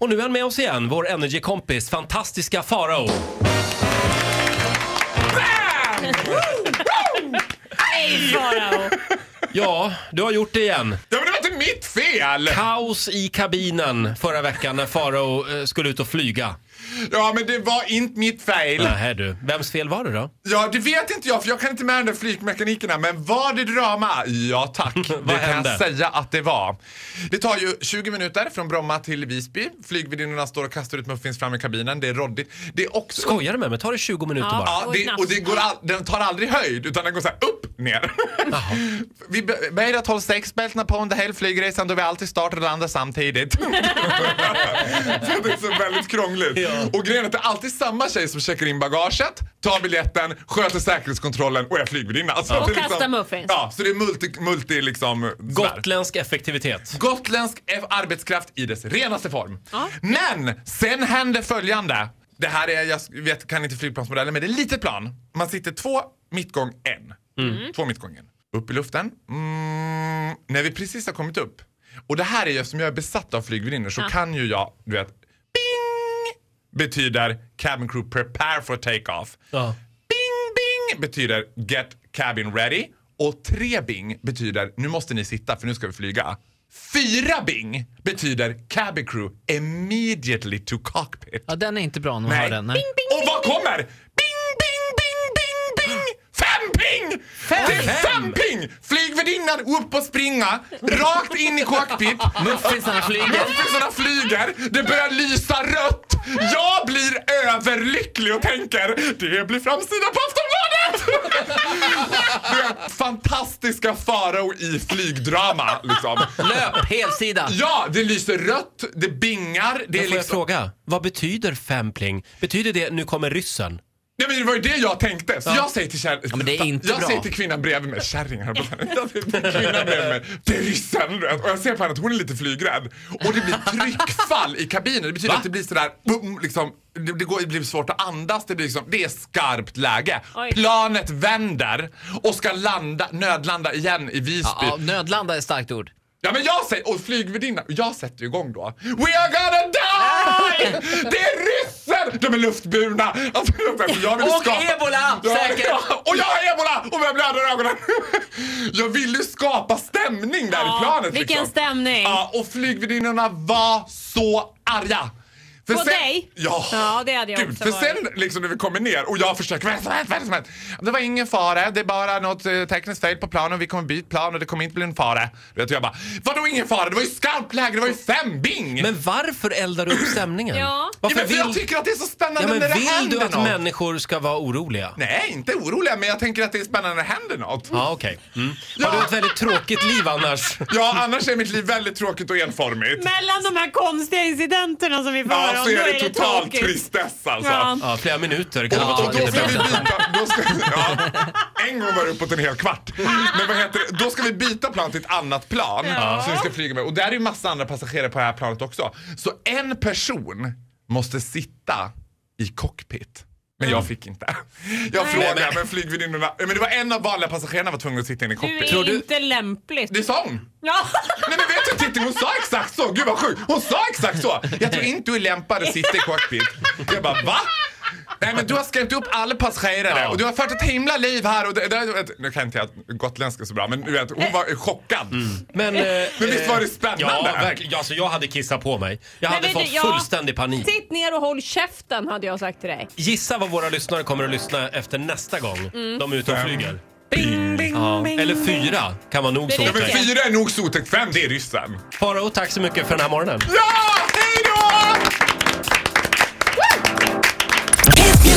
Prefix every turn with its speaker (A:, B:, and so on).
A: Och nu är han med oss igen, vår energikompis, fantastiska Farao.
B: Nej, Farao!
A: Ja, du har gjort det igen.
C: Ja, men det var inte mitt fel!
A: Kaos i kabinen förra veckan när Farao eh, skulle ut och flyga.
C: Ja, men det var inte mitt fel.
A: Nähä du, vems fel var det då?
C: Ja, det vet inte jag för jag kan inte med de där flygmekanikerna. Men var det drama? Ja, tack. det kan
A: hände?
C: jag säga att det var. Det tar ju 20 minuter från Bromma till Visby. Flygvärdinnorna står och kastar ut muffins fram i kabinen. Det är roddigt. Det är också...
A: Skojar du med mig? Ta det 20 minuter
B: Ja.
A: bara.
C: Ja, det, och det går all, den tar aldrig höjd utan den går så här upp, ner. vi be- börjar att hålla sexbältena på under hela flygresan då vi alltid startar och landar samtidigt. Så det är så väldigt krångligt. Och grejen är att det är alltid samma tjej som checkar in bagaget, tar biljetten, sköter säkerhetskontrollen och är flygvärdinna. Så att det är liksom-
B: Och kastar muffins.
C: Ja, så det är multi, multi liksom, sådär.
A: Gotländsk effektivitet.
C: Gotländsk F- arbetskraft i dess renaste form. Men sen hände följande. Det här är, jag vet, kan inte flygplansmodellen, men det är ett litet plan. Man sitter två mittgång en. Mm. Två mittgången. Upp i luften. Mm, när vi precis har kommit upp. Och det här är ju, som jag är besatt av flygvärdinnor så kan ju jag, du vet, bing betyder cabin crew prepare for take-off.
A: Ja.
C: Bing, bing betyder get cabin ready. Och tre bing betyder nu måste ni sitta för nu ska vi flyga. Fyra bing betyder cabin crew immediately to cockpit.
D: Ja, den är inte bra när man hör den. Nej.
C: Bing, bing, och vad kommer? Bing, bing, bing, bing, bing! Fem ping! Det är fem ping! Flygvärdinnan upp och springa, rakt in i cockpit.
D: Muffinsarna flyger.
C: Muffinsarna flyger, det börjar lysa rött. Jag blir överlycklig och tänker det blir framsidan på Aftonbladet! Det Fantastiska farao i flygdrama liksom.
D: Löp, helsida.
C: Ja, det lyser rött, det bingar,
A: Men
C: det är
A: får jag
C: liksom...
A: fråga, vad betyder fempling? Betyder det nu kommer ryssen?
C: Nej men det var ju det jag tänkte. Så jag säger till kär...
D: men det är inte
C: Jag
D: bra.
C: säger till kvinnan bredvid mig, kärring här på Jag säger till kvinnan bredvid mig, det är ryssen! du vet. Och jag ser på henne att hon är lite flygrädd. Och det blir tryckfall i kabinen. Det betyder att det blir sådär, boom, liksom, det, det, går, det blir svårt att andas. Det, blir liksom, det är skarpt läge.
B: Oj.
C: Planet vänder och ska landa, nödlanda igen i Visby.
D: Ja, ja, nödlanda är ett starkt ord.
C: Ja men jag säger, och flygvärdinnan, jag sätter ju igång då. We are gonna die! Det är ryssen! De är luftburna! Alltså, jag vill
D: Och ebola,
C: Ja,
D: säkert.
C: ja, och jag har ebola! Och jag blöder i ögonen. Jag ville ju skapa stämning där
B: Ja,
C: i planet
B: vilken
C: liksom.
B: stämning.
C: Ja, och flygvärdinnorna var så arga. För
B: På dig?
C: Ja.
B: Ja, det hade jag
C: Gud,
B: också
C: för
B: varit.
C: sen liksom när vi kommer ner och jag försöker, vad är det som hänt? Vad är det som hänt? Det var ingen fara, det är bara något eh, tekniskt fel på planen, vi kommer byta plan och det kommer inte bli en fara. Du vet, jag bara, vadå ingen fara? Det var ju skarpt läge, det var ju fem bing!
A: Men varför eldar du upp stämningen?
B: Ja.
C: ja,
A: Varför
C: men för jag
A: vill,
C: tycker att det är så spännande
A: ja, men
C: när det
A: vill
C: händer
A: du att
C: något.
A: människor ska vara oroliga?
C: Nej, inte oroliga, men jag tänker att det är spännande när det händer något.
A: Ja, okej. Mm. Har du ett väldigt tråkigt liv annars?
C: Ja, annars är mitt liv väldigt tråkigt och enformigt.
B: Mellan de här konstiga incidenterna som vi får höra
C: ja,
B: om,
C: så
B: då
C: är det
B: är
C: total
B: tråkigt.
C: tristess alltså.
B: Ja.
A: Ja, flera minuter kan det vara
C: Och då
A: tråkigt
C: ska vi
A: ibland.
C: byta, då ska, ja, en gång var det uppåt en hel kvart. Men vad heter det? Då ska vi byta plan till ett annat plan
B: Ja.
C: som vi ska flyga med. Och där är ju massa andra passagerare på det här planet också. Så en person måste sitta i cockpit. Men jag fick inte. Jag frågade men flygvärdinnorna, men det var en av vanliga passagerarna var tvungen att sitta inne i
B: Du
C: cockpit.
B: är
A: Tror du-
B: inte lämpligt.
C: Det sa hon.
B: Ja.
C: Nej men vet du Titti, hon sa exakt så! Gud vad sjukt! Hon sa exakt så! Jag tror inte du är lämpad att sitta i cockpit. Jag bara va? Nej men du har skrämt upp alla passagerare
A: Ja.
C: och du har fört ett himla liv här och det, det, det, Nu kan inte jag gotländska så bra men du vet, hon var chockad.
A: Men, eh,
C: Men visst var det
A: Ja,
C: spännande?
A: verkligen. Alltså, jag hade kissat på mig. Jag
B: Men
A: hade
B: vet
A: fått
B: du, ja.
A: fullständig panik.
B: Sitt ner och håll käften hade jag sagt till dig.
A: Gissa vad våra lyssnare kommer att lyssna efter nästa gång de är ute och
C: Fem.
A: flyger. Eller fyra kan vara nog så
C: Ja, men
B: verkligen.
A: otäckt.
C: fyra är nog så otäckt, fem det är ryssen.
A: Farao, tack så mycket för den här morgonen.
C: Ja, hej då!
E: Hit